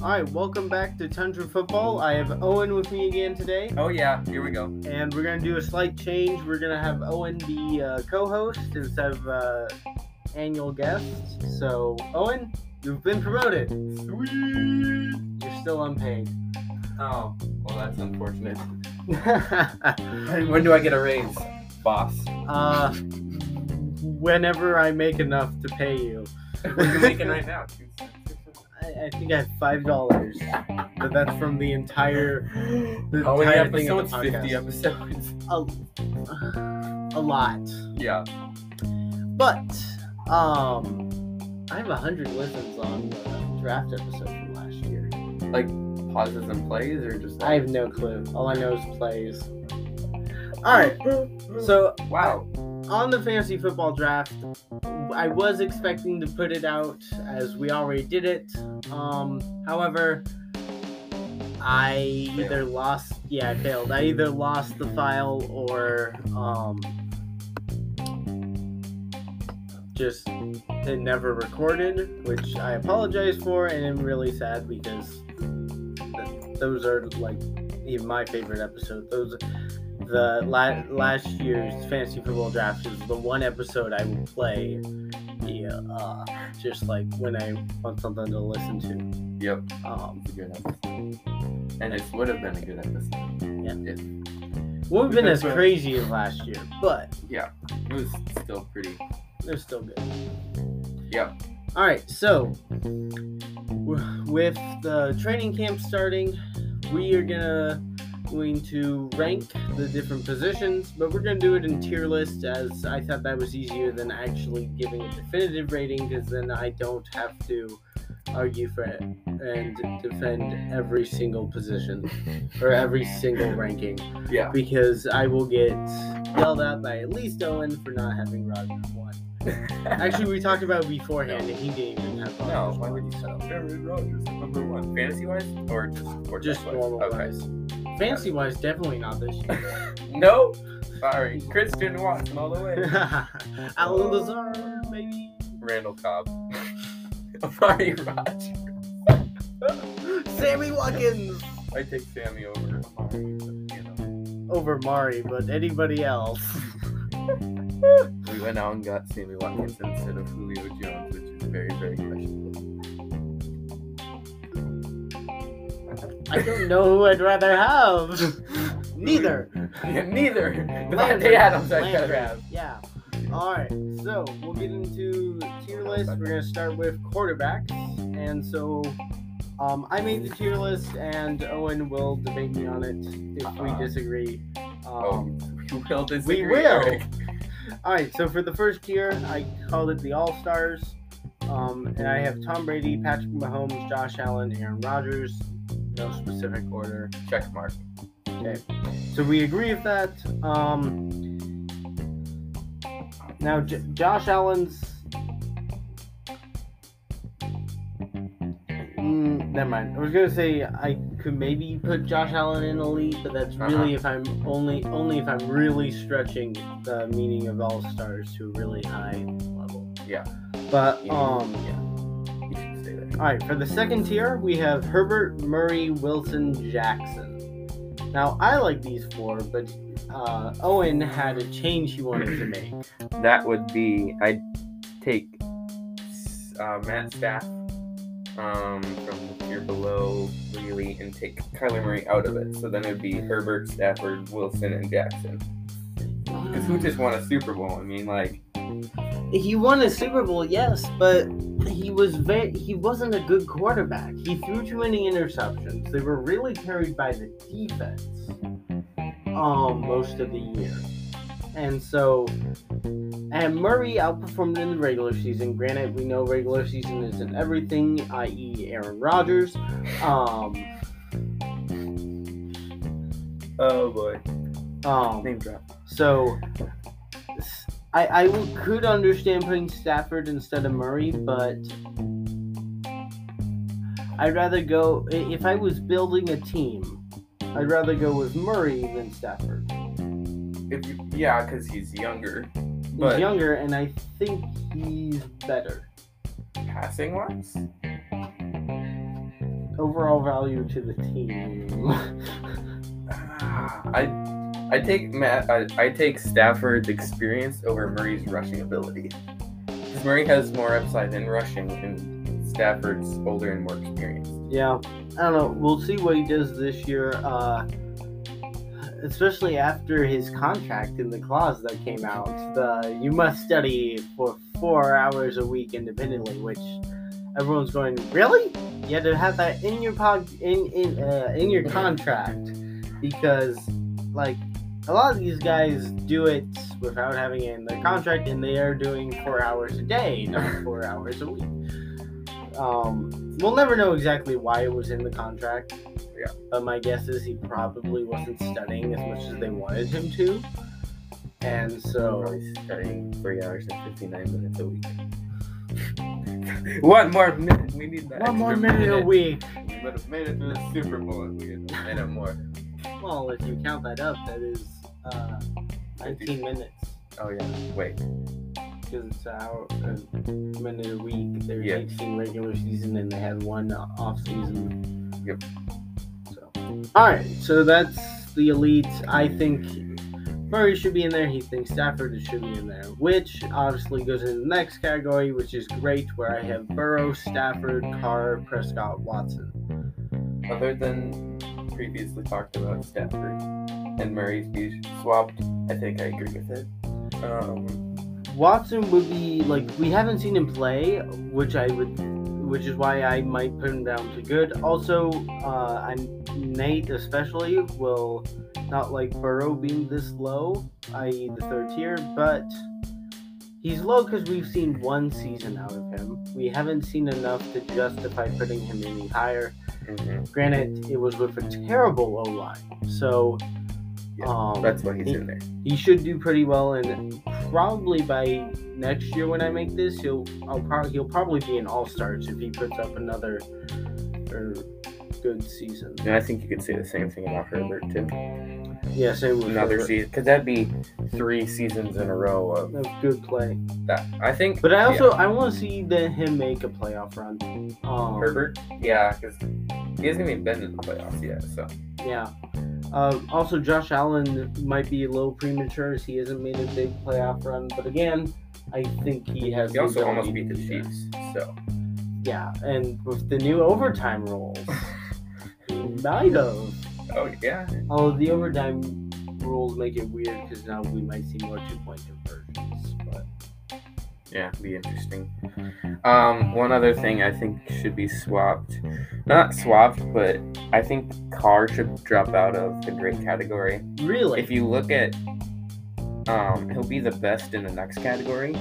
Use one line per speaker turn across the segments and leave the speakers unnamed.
All right, welcome back to Tundra Football. I have Owen with me again today,
Oh yeah, here we go.
and we're gonna do a slight change. We're gonna have Owen be uh, co-host instead of uh, annual guest. So, Owen, you've been promoted. Sweet. You're still unpaid.
Oh, well that's unfortunate.
uh,
When do I get a raise, boss?
Uh, whenever I make enough to pay you,
What are you making right now? Two cents, two cents?
I, I think I have five dollars, but that's from the entire the
How many
entire thing of
episodes?
the podcast.
Fifty episodes.
a, a lot.
Yeah.
But um, I have a hundred listens on the draft episode from last year.
Pauses and plays, or just
I have no clue. All I know is plays. All right. So
wow.
on the fantasy football draft, I was expecting to put it out as we already did it. Um, however, I either lost, yeah, I failed. I either lost the file or um, just it never recorded, which I apologize for and am really sad because th- those are like even my favorite episode. Those the la- last year's fantasy football draft is the one episode I will play. Yeah, uh, just like when I want something to listen
Yep.
to. Um,
It's a good episode. And it would have been a good episode.
wouldn't have been as
Because, uh,
crazy as last year, but
Yeah. It was still pretty.
they're still good.
Yep.
All right, so w- with the training camp starting, we are gonna going to rank the different positions, but we're gonna do it in tier list as I thought that was easier than actually giving a definitive rating because then I don't have to argue for it and defend every single position or every single ranking
Yeah.
because I will get yelled at by at least Owen for not having Roger one. Actually, we talked about it beforehand, and he didn't even have Rogers.
No, why would you set up Aaron Rodgers at number one? Fantasy wise or just or
Just normal wise. Fancy wise, definitely not this year.
No. Sorry. Christian Watson all the way.
Al Lazard, maybe.
Randall Cobb. Amari Rodgers.
Sammy Watkins
I take Sammy over Amari. You know,
over Mari, but anybody else.
we went out and got Sammy Watkins instead of Julio Jones, which is very, very questionable.
I don't know who I'd rather have. Neither.
Neither.
Landry.
Devontae Adams, I'd rather
Landry.
have.
Yeah. All right. So we'll get into tier list. We're gonna start with quarterbacks, and so um, I made the tier list, and Owen will debate me on it if
Uh-uh.
we disagree. Um,
Oh, we will
we
disagree.
will.
Eric.
All right. So for the first tier, I called it the All Stars, um, and I have Tom Brady, Patrick Mahomes, Josh Allen, Aaron Rodgers. No specific order.
Check mark.
Okay. So we agree with that. Um, now, J- Josh Allen's. Mm, never mind. I was gonna say I could maybe put Josh Allen in elite, but that's
Uh-huh.
really if I'm only only if I'm really stretching the meaning of all stars to a really high level.
Yeah.
But
Yeah.
um.
You should say that.
All right, for the second tier, we have Herbert, Murray, Wilson, Jackson. Now, I like these four, but uh, Owen had a change he wanted to make.
That would be I'd take uh, Matt Staff um, from the tier below really and take Kyler Murray out of it. So then it would be Herbert, Stafford, Wilson, and Jackson. Because who just won a Super Bowl? I mean, like,
He won a Super Bowl, yes, but he was ve- he wasn't a good quarterback. He threw too many interceptions. They were really carried by the defense um, most of the year. And so and Murray outperformed in the regular season. Granted, we know regular season isn't everything, i.e. Aaron Rodgers. Um,
oh boy,
um,
name drop.
So, s- I, I w- could understand putting Stafford instead of Murray, but I'd rather go. i- If I was building a team, I'd rather go with Murray than Stafford.
If you, yeah, because he's younger,
He's
But-
younger, and I think he's better.
Passing wise?
Overall value to the team.
I I take Matt I, I take Stafford's experience over Murray's rushing ability. 'Cause Murray has more upside in rushing and Stafford's older and more experienced.
yeah, I don't know. We'll see what he does this year, uh, especially after his contract and the clause that came out. The you must study for four hours a week independently, which everyone's going really. You had to have that in your pod in in uh, in your contract because like a lot of these guys do it without having it in their contract, and they are doing four hours a day, not four hours a week. Um, we'll never know exactly why it was in the contract.
Yeah.
But my guess is he probably wasn't studying as much as they wanted him to, and so
Murray's studying three hours and fifty nine minutes a week. One more minute. We need that.
one more
extra
minute a week.
We would have made it to the Super Bowl if we had made it more.
Well, if you count that up, that is uh, 19 minutes.
Oh yeah. Wait.
because it's an hour, a minute a week. There's
Yeah.
18 regular season, and they had one off season.
Yep.
So, all right. So that's the elite. I think Murray should be in there. He thinks Stafford should be in there, which obviously goes into the next category, which is great, where I have Burrow, Stafford, Carr, Prescott, Watson.
Other than previously talked about Stafford and Murray's being swapped, I think I agree with it. Um,
Watson would be like we haven't seen him play, which I would, which is why I might put him down to good. Also, uh, I'm Nate especially will not like Burrow being this low, i.e. the third tier, but he's low because we've seen one season out of him. We haven't seen enough to justify putting him any higher. Mm-hmm. Granted, it was with a terrible O line, so
Yeah,
um,
That's why he's
he-
in there.
he should do pretty well, and probably by next year when I make this, he'll I'll probably he'll probably be an all stars if he puts up another or good season.
And I think you could say the same thing about Herbert too.
Yeah, same with
Another
Herbert.
season, because that'd be three seasons in a row of
Of good play,
that. I think.
but I
yeah.
also I want to see the, him make a playoff run. Um,
Herbert? Yeah, because he hasn't even been in the playoffs yet, so.
Yeah. Uh, also, Josh Allen might be a little premature as he hasn't made a big playoff run, but again, I think he has.
He
the
also
ability
almost
to
beat the
do that.
Chiefs, so.
Yeah, and with the new overtime rules, he might have.
Oh, yeah.
Although the overtime rules make it weird because now we might see more two point conversions. But
Yeah, be interesting. Um, one other thing I think should be swapped. Not swapped, but I think Carr should drop out of the great category.
really,
If you look at. Um, he'll be the best in the next category.
Yeah,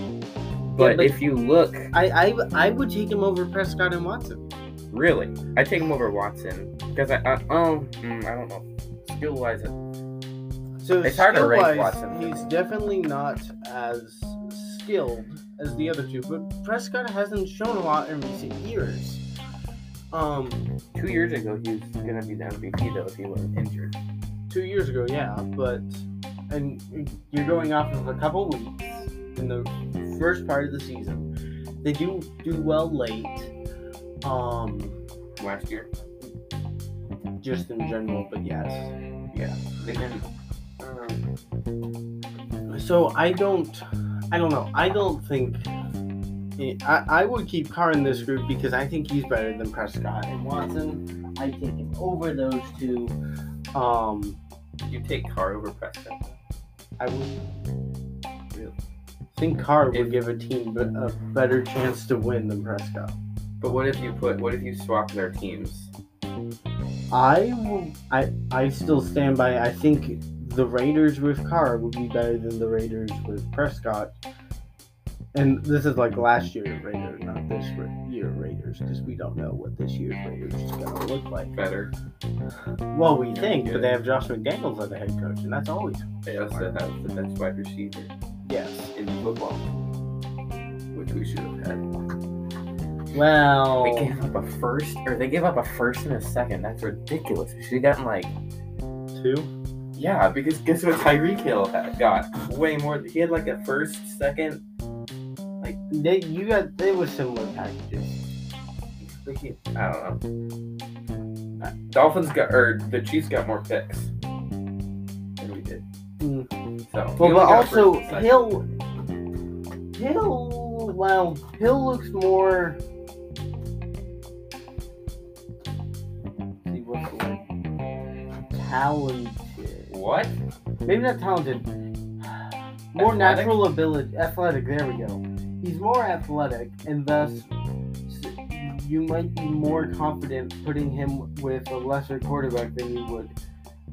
But
but-
if you look,
I, I I would take him over Prescott and Watson.
really, I take him over Watson. Because I, I, oh, mm, I don't know. uh, Skill wise,
So
It's hard to rank
skill-wise,
Watson.
He's definitely not as skilled as the other two, but Prescott hasn't shown a lot in recent years. Um,
Two years ago, he was gonna be the MVP though if he wasn't injured.
two years ago, yeah, but and you're going off of a couple weeks in the first part of the season. They do do well late. Um.
Last year,
just in general, but yes.
they didn't. Um,
So I don't, I don't know. I don't think. I, I would keep Carr in this group because I think he's better than Prescott and Watson. I take him over those two. Um,
you take Carr over Prescott.
I would
Really?
think Carr would
If-
give a team b- a better chance to win than Prescott.
But what if you put? What if you swap their teams?
I will. I I still stand by. I think the Raiders with Carr would be better than the Raiders with Prescott. And this is like last year's Raiders, not this ra- year Raiders, because we don't know what this year's Raiders is gonna look like.
Better.
Well, we think, but they have Josh McDaniels as the head coach, and that's always
They also have the best wide receiver
yes.
in football, which we should have had.
Well,
They gave up a first, or they gave up a first and a second. That's ridiculous. We should have gotten like
two.
Yeah, because guess what Tyreek Hill had, got? Way more. He had like a first, second.
They, you got it was similar packages.
I don't know. Dolphins got, or the Chiefs got more picks than we did.
Mm.
So,
Well,
we Mm-hmm. only
but
got first
also
and second.
Hill, Hill. Well, Hill looks more. see what's the word? Talented.
What?
Maybe not talented. More
Athletic?
natural ability, athletic. There we go. He's more athletic, and thus s- you might be more confident putting him with a lesser quarterback than you would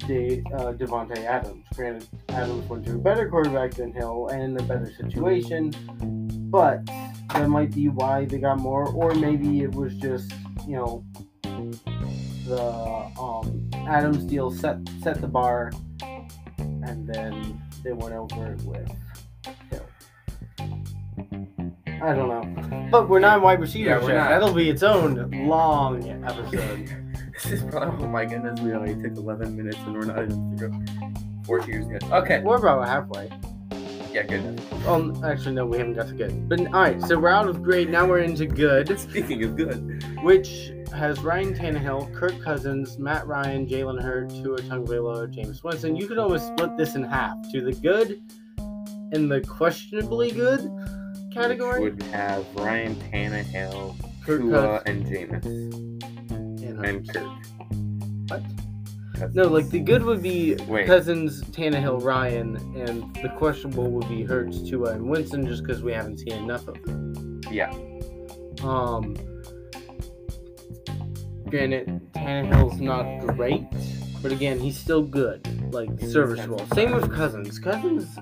De, uh, Devonte Adams. Granted, Adams went to a better quarterback than Hill and in a better situation, but that might be why they got more, or maybe it was just you know the um, Adams deal set set the bar, and then they went over it with Hill. I don't know, but we're not wide receivers.
Yeah, we're
yet.
not.
That'll be its own long episode.
This is probably, oh my goodness, we only took 11 minutes and we're not even through. Four years good. Okay.
we're about halfway.
Yeah, good.
Um, actually, no, we haven't got to good. But all right, so we're out of grade. Now we're into good,
Speaking of good,
which has Ryan Tannehill, Kirk Cousins, Matt Ryan, Jalen Hurd, Tua Tagovailoa, James Winston. You could almost split this in half to the good and the questionably good category.
would have Ryan Tannehill,
Kirk
Tua,
Cousins.
and Jameis.
And,
And Kirk.
What?
Cousins.
No, like the good would be
Wait.
Cousins, Tannehill, Ryan, and the questionable would be Hurts, Tua, and Winston, just because we haven't seen enough of them.
Yeah.
Um. Granted, Tannehill's not great, but again, he's still good, like serviceable. Same with Cousins. Cousins,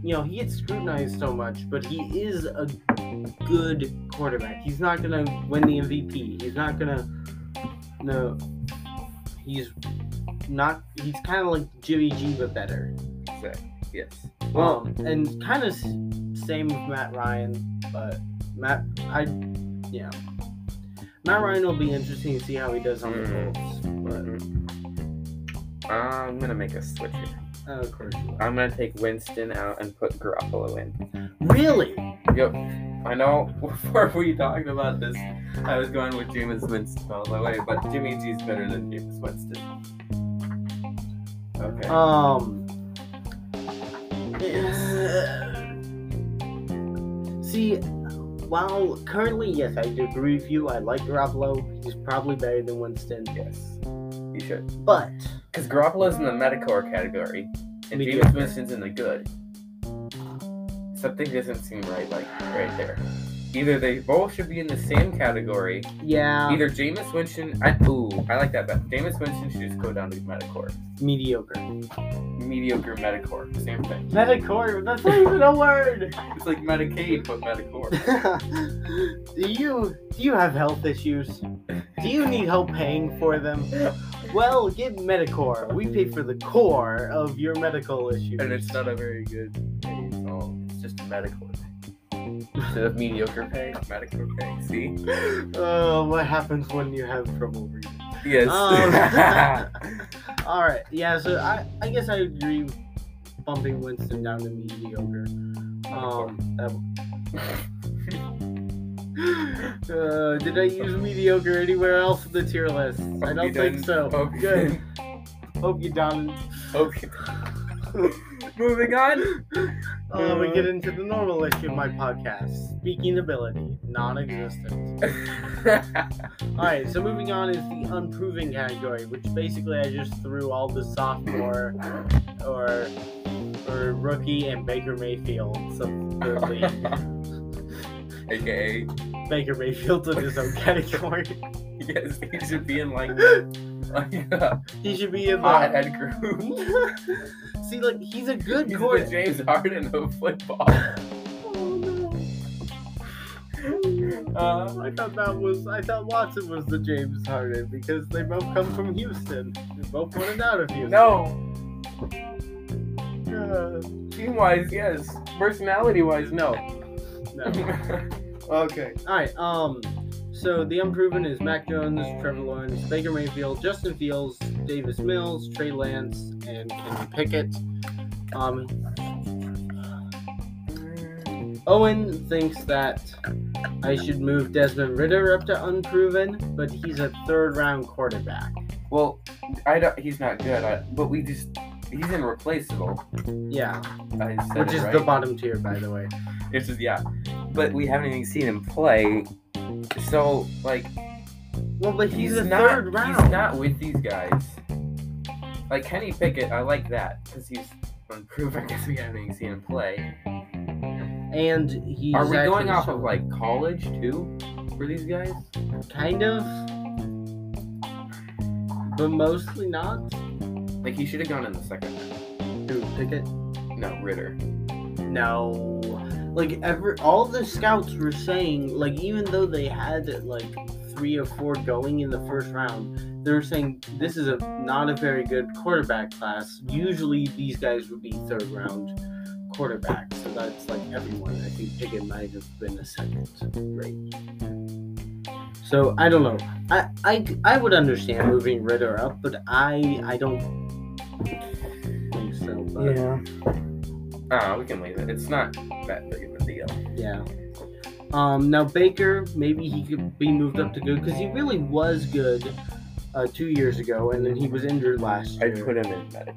you know, he gets scrutinized so much, but he is a good quarterback. He's not gonna win the MVP. He's not gonna. No. He's not. He's kind of like Jimmy G, but better.
So, Yes.
Well, and kind of same with Matt Ryan, but Matt, I, yeah, Matt Ryan will be interesting to see how he does on
Mhm.
the Colts.
Mhm. I'm gonna make a switch here.
But uh, of course, you will.
I'm gonna take Winston out and put Garoppolo in.
really,
Yep. I know before we talked about this, I was going with Jameis Winston all the way, but Jimmy G's better than Jameis Winston. Okay.
um, see, while currently, yes, I do agree with you. I like Garoppolo. He's probably better than Winston,
yes. You should.
but
Because Garoppolo's in the medicore category, and
Mediocre.
Jameis Winston's in the good. Something doesn't seem right, like right there. Either they both should be in the same category,
yeah,
Either Jameis Winston, I, ooh, I like that better. Jameis Winston should just go down to Metacore.
mediocre.
Mediocre Metacore, same thing.
Metacore. That's not even a word.
It's like Medicaid, but Metacore.
do you do you have health issues? Do you need help paying for them? Well, get Medicare. We pay for the core of your medical issues.
And it's not a very good pay song. It's just Metacore. Instead of mediocre pay, Metacore pay. See?
Oh, what happens when you have trouble reading?
Yes.
Um, All right, yeah. So I, I guess I agree with bumping Winston down to mediocre. Um, that- uh, did I use mediocre anywhere else in the tier list? I
Hope you
don't think
didn't-
so.
Hope you
Good.
didn't-
Hope you done.
Hope you didn't. Moving on.
Uh, we get into the normal issue of my podcast. Speaking ability, non existent. Alright, so moving on is the unproven category, which basically I just threw all the sophomore or or rookie and Baker Mayfield some the league.
AKA,
Baker Mayfield's in his own category.
yes, he should be in like, like uh,
He should be in the
hothead group.
See like he's a good
He's
quarter-
the James Harden of football.
Oh no.
Uh,
I thought that was I thought Watson was the James Harden because they both come from Houston. They both wanted out of Houston.
no,
Uh,
team wise, yes. Personality wise, no.
no.
okay.
Alright, um so the unproven is Mac Jones, Trevor Lawrence, Baker Mayfield, Justin Fields, Davis Mills, Trey Lance, and Kenny Pickett. Um, Owen thinks that I should move Desmond Ritter up to unproven, but he's a third round quarterback.
Well, I don't, he's not good, I, but we just he's irreplaceable.
Yeah,
I said
which
it
is
right.
the bottom tier, by the way.
It's just yeah, but we haven't even seen him play. So like
Well, but he's,
he's,
a
not
third round.
he's not with these guys. Like Kenny Pickett, I like that because he's unproven. I guess we haven't even seen him play.
and he's
Are we going
actually
off
showing-
of like college too for these guys?
kind of, but mostly not?
Like he should have gone in the second. round.
Who Pickett?
No, Ritter.
No. Like ever all the scouts were saying, like even though they had like three or four going in the first round, they were saying this is a not a very good quarterback class. Usually these guys would be third round quarterbacks. So that's like everyone. I think Pickett might have been a second rate. So I don't know. I, I I would understand moving Ritter up, but I I don't think so. But
Ah, we can leave it. It's not that big of a deal.
Yeah. Um, now Baker, maybe he could be moved up to good because he really was good uh, two years ago, and then he was injured last
I
year.
put him in medic.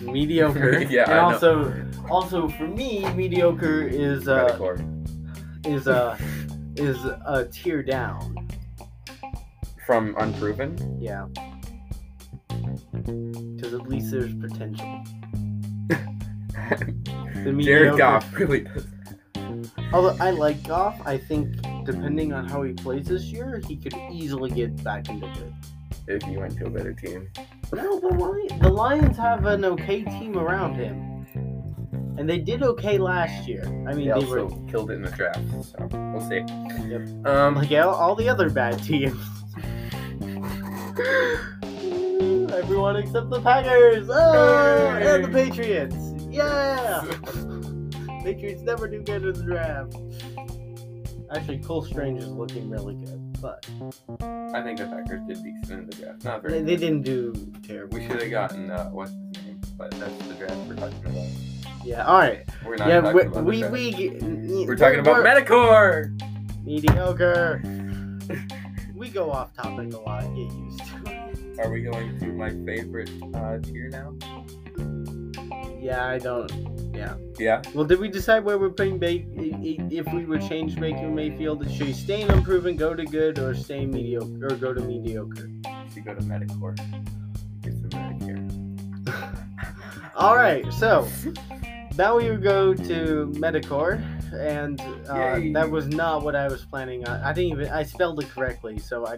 mediocre.
Yeah,
and
I know.
also, also for me, mediocre is uh,
Medic
is uh, is a tier down.
from unproven.
Yeah. Because at least there's potential. The mediocre-
Jared Goff really does.
Although I like Goff, I think depending on how he plays this year, he could easily get back into good.
If you went to a better team,
No, the Lions, the Lions have an okay team around him. And they did okay last year. I mean,
they
they,
also
were
killed it in the draft. So we'll see.
Yep.
Um,
like all, all the other bad teams. Everyone except the Packers. Oh, and the Patriots. Yeah. Patriots never do good in the draft. Actually, Cole Strange is looking really good, but
I think the Packers did decent in the draft. Not
they,
very.
they didn't do terrible.
We should have gotten uh, what's his name, but that's the draft we're talking about.
Yeah. All right.
We're not
Yeah.
talking about
We
the
we,
draft.
we
We're talking about
we're-
Medicor.
Mediocre. we go off topic a lot. Get used to it.
Are we going to my favorite uh, tier now?
Yeah, I don't.
Yeah.
Well, did we decide where we're putting Ba- i- i- If we would change Baker Mayfield, should he stay in unproven, go to good, or stay mediocre, or go to mediocre?
You should go to Medicor. Get some Medicare.
All right, so now we would go to Medicore, and uh,
Yay.
that was not what I was planning on. I didn't even I spelled it correctly, so I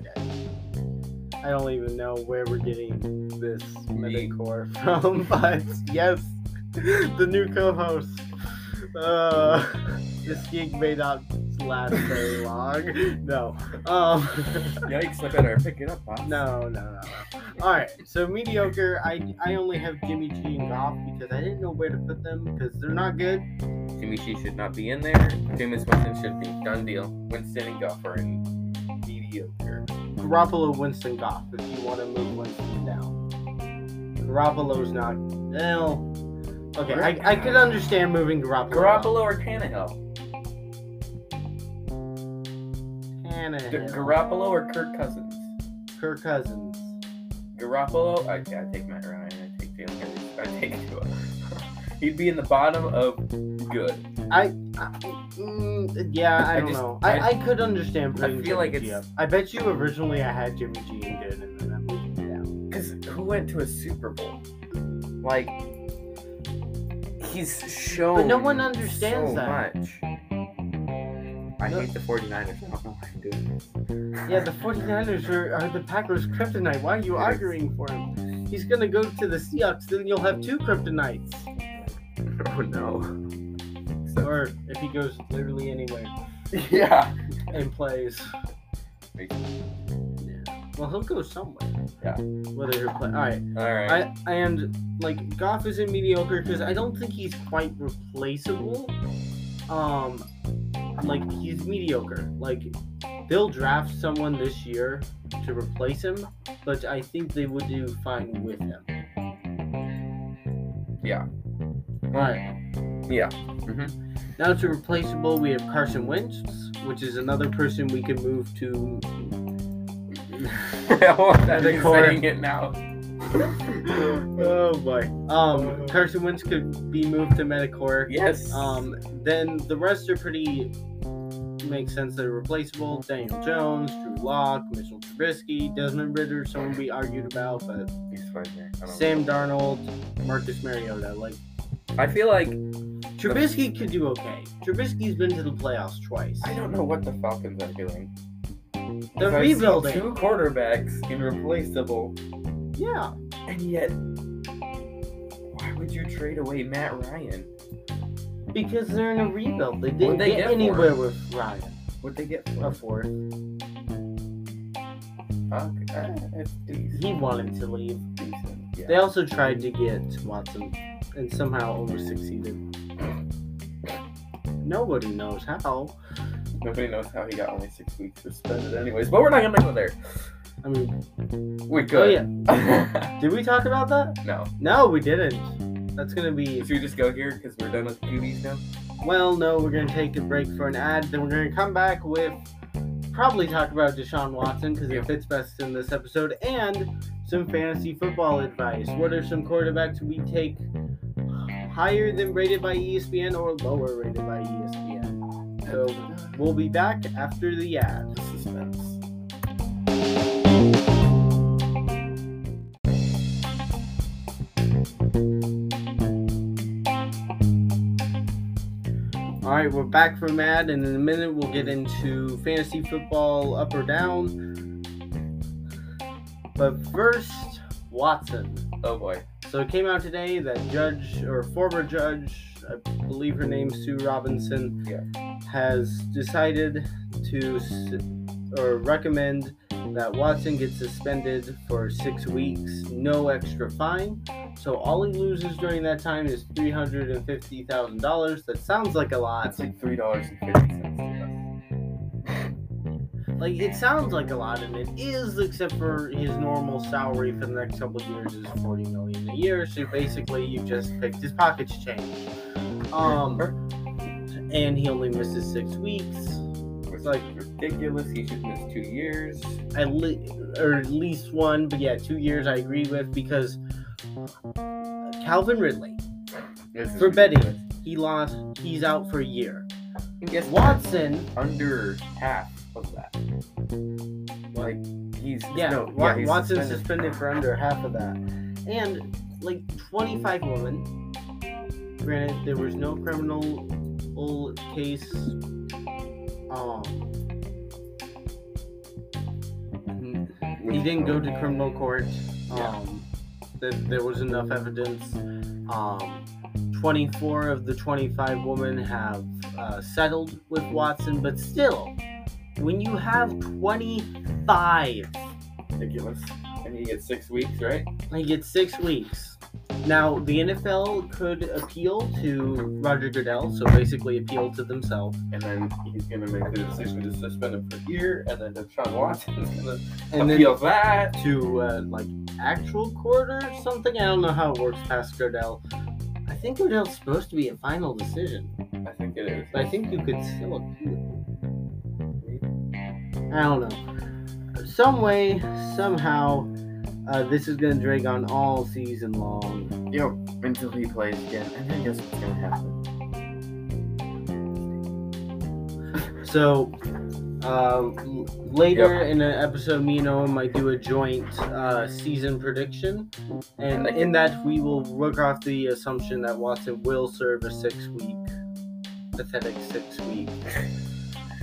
I don't even know where we're getting this
Me.
Medicore from, but yes, the new co-host. Uh, this gig may not last very long. No. Um.
Yikes! I better pick it up, Bob.
No, no, no, no. All right, so mediocre. I I only have Jimmy G and Goff because I didn't know where to put them because they're not good.
Jimmy G should not be in there. Jameis Winston should be done deal. Winston and Goff are in mediocre.
Garoppolo, Winston, Goff. If you want to move Winston down, Garoppolo's not. Well, okay, I, I could understand moving Garoppolo.
Garoppolo or Tannehill? D-
Tannehill,
Garoppolo or Kirk Cousins?
Kirk Cousins.
Garoppolo. I, I take Matt Ryan. I take Jalen Hurts. I take Tua. He'd be in the bottom of good.
I, mm, yeah, I,
I
don't
just-
know. I,
I-
I, could understand.
I
putting
feel
Jimmy
like
G
it's-
up. I bet you originally I had Jimmy G in good, and then I moved him down.
Cause who went to a Super Bowl? Like he's shown.
But no one understands
so
that.
much. I
No-
hate the 49ers. Oh I don't know why I'm doing this.
Yeah, the 49ers are, are the Packers' kryptonite. Why are you
Yes.
arguing for him? He's going to go to the Seahawks, then you'll have two kryptonites.
Oh no.
Or if he goes literally anywhere
Yeah.
and plays.
Right.
Yeah. Well, he'll go somewhere.
Yeah.
Whether he'll play. All right.
All right.
I, and, like, Goff isn't mediocre because I don't think he's quite replaceable. Um, Like, he's mediocre. Like, they'll draft someone this year to replace him, but I think they would do fine with him.
Yeah.
All right.
Yeah.
Now to replaceable, we have Carson Wentz, which is another person we could move to.
I'm
The core.
saying it now.
oh boy. Um, Carson Wentz could be moved to Metacore.
yes.
Um, then the rest are pretty makes sense. They're replaceable. Daniel Jones, Drew Lock, Mitchell Trubisky, Desmond Ritter, someone we argued about, but
He's fine there. I don't
Sam Darnold, Marcus Mariota. Like
know. I feel like
Trubisky could do okay. Trubisky's been to the playoffs twice.
I don't know what the Falcons are doing.
They're
Because I see
rebuilding.
Two quarterbacks in replaceable,
Yeah.
and yet, why would you trade away Matt Ryan?
Because they're in a rebuild. They didn't
What'd they
get,
get for
anywhere
him?
with Ryan.
What'd they get
A
for?
fourth.
Fuck. Uh, it's decent.
He wanted to leave.
decent.
They
Yeah.
also tried to get Watson and somehow over succeeded. Nobody knows how.
Nobody knows how he got only six weeks suspended, anyways. But we're not gonna go there.
I mean,
We could.
oh yeah. Did we talk about that?
no.
No, we didn't. That's gonna be
Should we just go here because we're done with QBs now?
well. No, we're gonna take a break for an ad. Then we're gonna come back with probably talk about Deshaun Watson because
Yeah.
it fits best in this episode and some fantasy football advice. What are some quarterbacks we take higher than rated by E ESPN or lower rated by E ESPN? So we'll be back after the ad.
Suspense.
All right, we're back from ad, and in a minute we'll get into fantasy football up or down. But first, Watson.
Oh boy.
So it came out today that judge or former judge, I believe her name Sue Robinson,
Yeah.
has decided to s- or recommend that Watson get suspended for six weeks, no extra fine. So all he loses during that time is three hundred and fifty thousand dollars. That sounds like a lot.
That's like three dollars and fifty cents.
Like it sounds like a lot, and it is, except for his normal salary for the next couple of years is forty million a year. So basically, you just picked his pockets change. Um, and he only misses six weeks,
It's
like-
like ridiculous. He should miss two years.
at le- or at least one, but yeah, two years I agree with because Calvin Ridley
This is
For betting.
ridiculous.
he lost, he's out for a year.
And guess what?
Watson,
Under half of that. Like he's
yeah,
No,
Wa-
yeah he's
Watson's suspended for under half of that, and like twenty five women. Granted, there was no criminal case. Um, he didn't go to criminal court.
Yeah.
Um, that there was enough evidence. Um, 24 of the 25 women have uh, settled with Watson, but still, when you have 25,
ridiculous. And he gets six weeks, right?
like it's six weeks. Now, the NFL could appeal to Roger Goodell, so basically appeal to themselves.
And then he's gonna make the decision to suspend him for a year, and then Deshaun Watson's gonna
And then
appeal that.
to uh, like actual court or something. I don't know how it works past Goodell. I think Goodell's supposed to be a final decision,
I think it is.
but I think you could still appeal. I don't know. Some way, somehow, uh, this is going to drag on all season long.
Yo, until he plays again, and then guess what's gonna happen?
So, uh, l- later in an episode, me and Owen might do a joint uh, season prediction. And
Like-
in that, we will work off the assumption that Watson will serve a six week, pathetic six week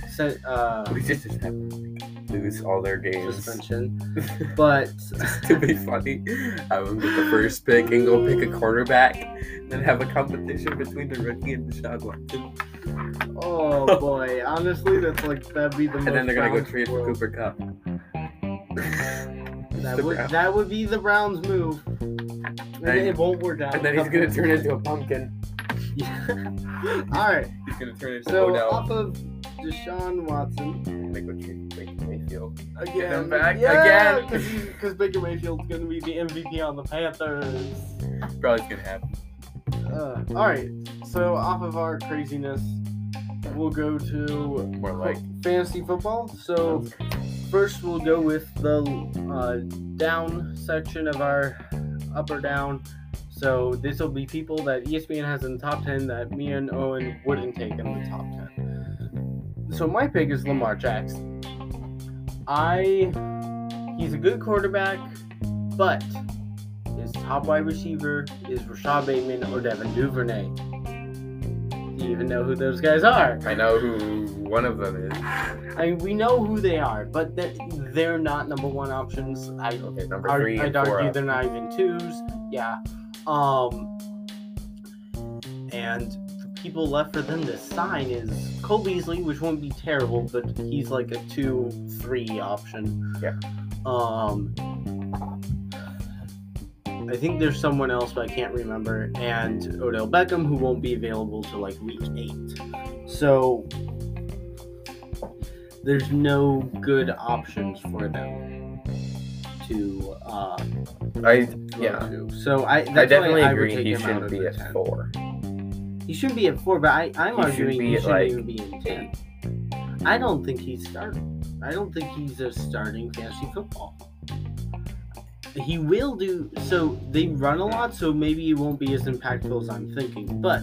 se- uh,
We just just have to lose all their games.
suspension. But
Just to be funny, I would get the first pick and go pick a quarterback, then have a competition between the rookie and Deshaun Watson,
Oh boy, honestly, that's like that'd be the most.
and then they're gonna go
Browns
trade for
world.
Cooper Cup.
That
the
would
Browns.
that would be the Browns' move. And
Then-
it won't work out.
And then he's
Couple-
gonna turn into a pumpkin.
All right.
He's gonna turn into
So off
Odell
of Deshaun Watson
Baker Baker Mayfield.
again.
him back
yeah,
again.
Because Baker Mayfield's going to be the MVP on the Panthers.
Probably gonna happen.
Uh, all right. So off of our craziness, we'll go to
More like
fantasy football. So first, we'll go with the uh, down section of our upper down. So this will be people that E ESPN has in the top ten that me and Owen wouldn't take in the top ten. So my pick is Lamar Jackson. I he's a good quarterback, but his top wide receiver is Rashad Bateman or Devin Duvernay. Do you even know who those guys are?
I know who one of them is.
I mean, we know who they are, but they're, they're not number one options. I
Okay, number
ar-
three
I'd
and four.
argue
up.
they're not even twos. Yeah. Um. And the people left for them to sign is Cole Beasley, which won't be terrible, but he's like a two, three option.
Yeah.
Um. I think there's someone else, but I can't remember. And Odell Beckham, who won't be available till like week eight. So there's no good options for them to uh,
I
go
yeah.
to. So I, that's
I definitely
why I
agree
would take
he
him out
shouldn't
of
be
the
at
10.
four.
He shouldn't be at four, but I, I'm
He should
arguing
be
he
at,
shouldn't
like,
even be in ten. I don't think he's starting. I don't think he's a starting fantasy football. He will do so. They run a lot, so maybe he won't be as impactful as I'm thinking. But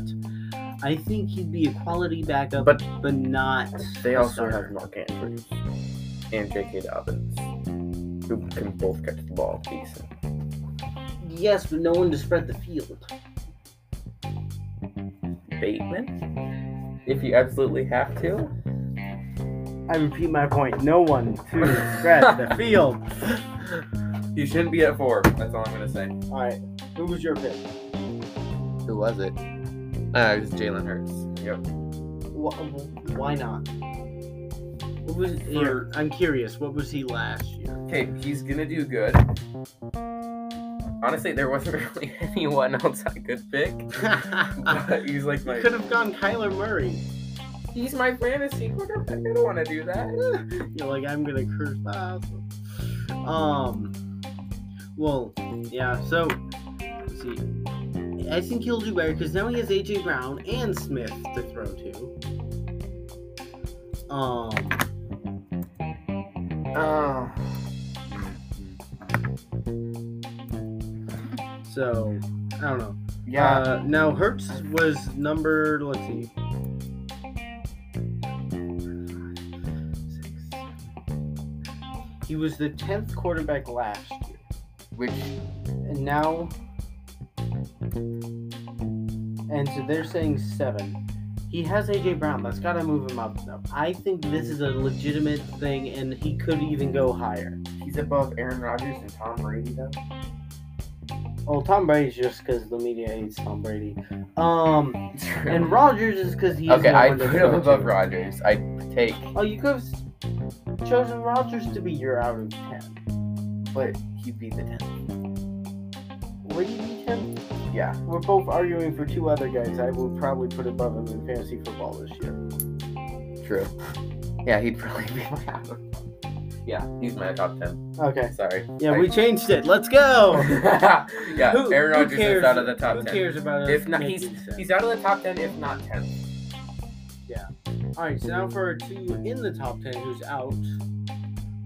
I think he'd be a quality backup,
But-
but not.
They
a
also
starter.
have Mark Andrews and J.K. Dobbins, who can both catch the ball decent.
Yes, but no one to spread the field.
Bateman, if you absolutely have to.
I repeat my point. No one to spread the field.
You shouldn't be at four. That's all I'm gonna say.
All right, who was your pick?
Who was it? Uh, it was Jalen Hurts. Yep.
Wh- wh- why not? What was here, I'm curious. What was he last year?
Okay, he's gonna do good. Honestly, there wasn't really anyone else I could pick. But he's like my
Could have gone Kyler Murray.
he's my fantasy quarterback. I don't want to do that.
You're like I'm gonna curse my ass. off. Um. Well, yeah. So, let's see. I think he'll do better because now he has AJ Brown and Smith to throw to. Um.
Oh.
So I don't know. Uh, now Hertz was number. Let's see. He was the tenth quarterback last year,
which
and now. And so they're saying seven. He has AJ Brown. That's got to move him up. Though. I think this is a legitimate thing, and he could even go higher.
he's above Aaron Rodgers and Tom Brady though.
Well, Tom Brady's just because the media hates Tom Brady. Um. And Rogers is because he's
okay,
no
I
one to
put
throw
him above
to.
Rodgers. I take,
Oh, you could have s- chosen Rogers to be your out of ten.
but he'd be the tenth.
Would you be ten?
Yeah.
We're both arguing for two other guys. I would probably put above him in fantasy football this year.
True. Yeah, he'd probably be my top. Yeah, he's my top ten.
Okay.
Sorry.
Yeah,
I-
we changed it. Let's go.
yeah,
Who-
Aaron
who
Rodgers is
cares-
out of the top
Who
ten.
cares about us
If not,
making
he's
sense?
he's out of the top ten, if not ten.
All right. So now for our two in the top ten, who's out?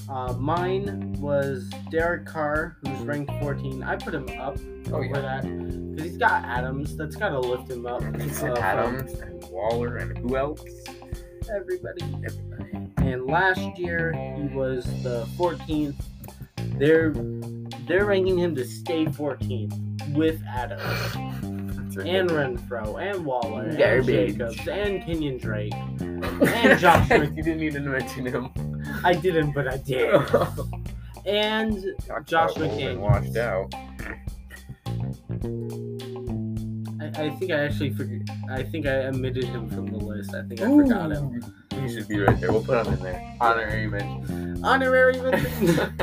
Uh, mine was Derek Carr, who's ranked 14. I put him up
Oh
for
yeah.
that because he's got Adams. That's got to lift him up. uh, from-
Adams and Waller and who else?
everybody. And last year he was the 14th. They're they're ranking him to stay 14th with Adams and Renfro and Waller and
Garbage.
Jacobs and Kenyon Drake. and Josh Rick-
you didn't even mention him.
I didn't, but I did. And Josh
about old
McDaniels.
and Washed out.
I, I think I actually forg I think I omitted him from the list. I think I forgot him.
He should be right there. We'll put him in there. Honorary mention.
Honorary mention.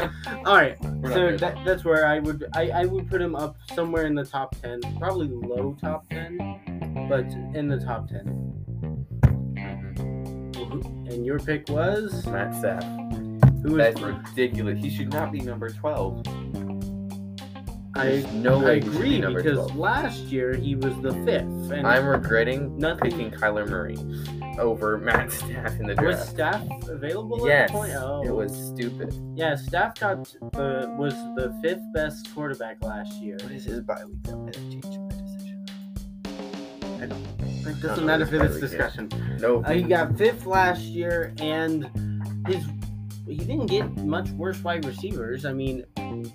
All right.
We're not
So
doing
that, that's where I would I, I would put him up somewhere in the top ten, probably low top ten. but in the top 10.
Mhm.
And your pick was?
Matt Staff.
Who is
That's ridiculous. He should not be number 12.
I,
There's no
I
way he should be
agree
number
because
12.
last year he was the fifth. And
I'm regretting
nothing.
picking Kyler Murray over Matt Staff in the
Was
draft.
staff available at
yes,
the point? Oh.
it was stupid.
Yeah, staff got the was the fifth best quarterback last year.
What is his bye week? That might have changed my decision.
It
don't
doesn't
know
matter
if
for
I
this
would
discussion.
No,
Uh, he got fifth last year, and his he didn't get much worse wide receivers. I mean,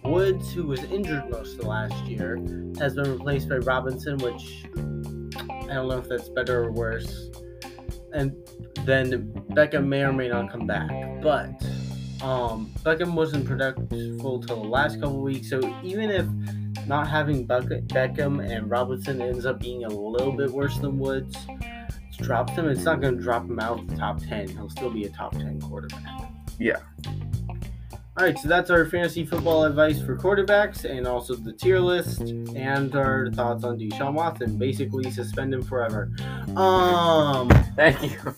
Woods, who was injured most of last year, has been replaced by Robinson, which I don't know if that's better or worse. And then Beckham may or may not come back, but um, Beckham wasn't productive till the last couple weeks. So even if not having Beck- Beckham and Robinson ends up being a little bit worse than Woods, drops him. It's not going to drop him out of the top ten. He'll still be a top ten quarterback.
Yeah.
All right, so that's our fantasy football advice for quarterbacks, and also the tier list, and our thoughts on Deshaun Watson. Basically, suspend him forever. Um,
thank you.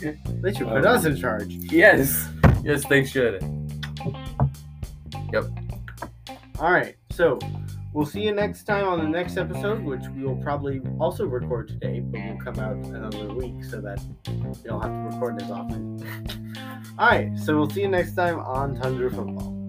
they should put us in charge.
Yes, yes, they should.
All right, so we'll see you next time on the next episode, which we will probably also record today, but will come out another week so that we don't have to record as often. All right, so we'll see you next time on Tundra Football.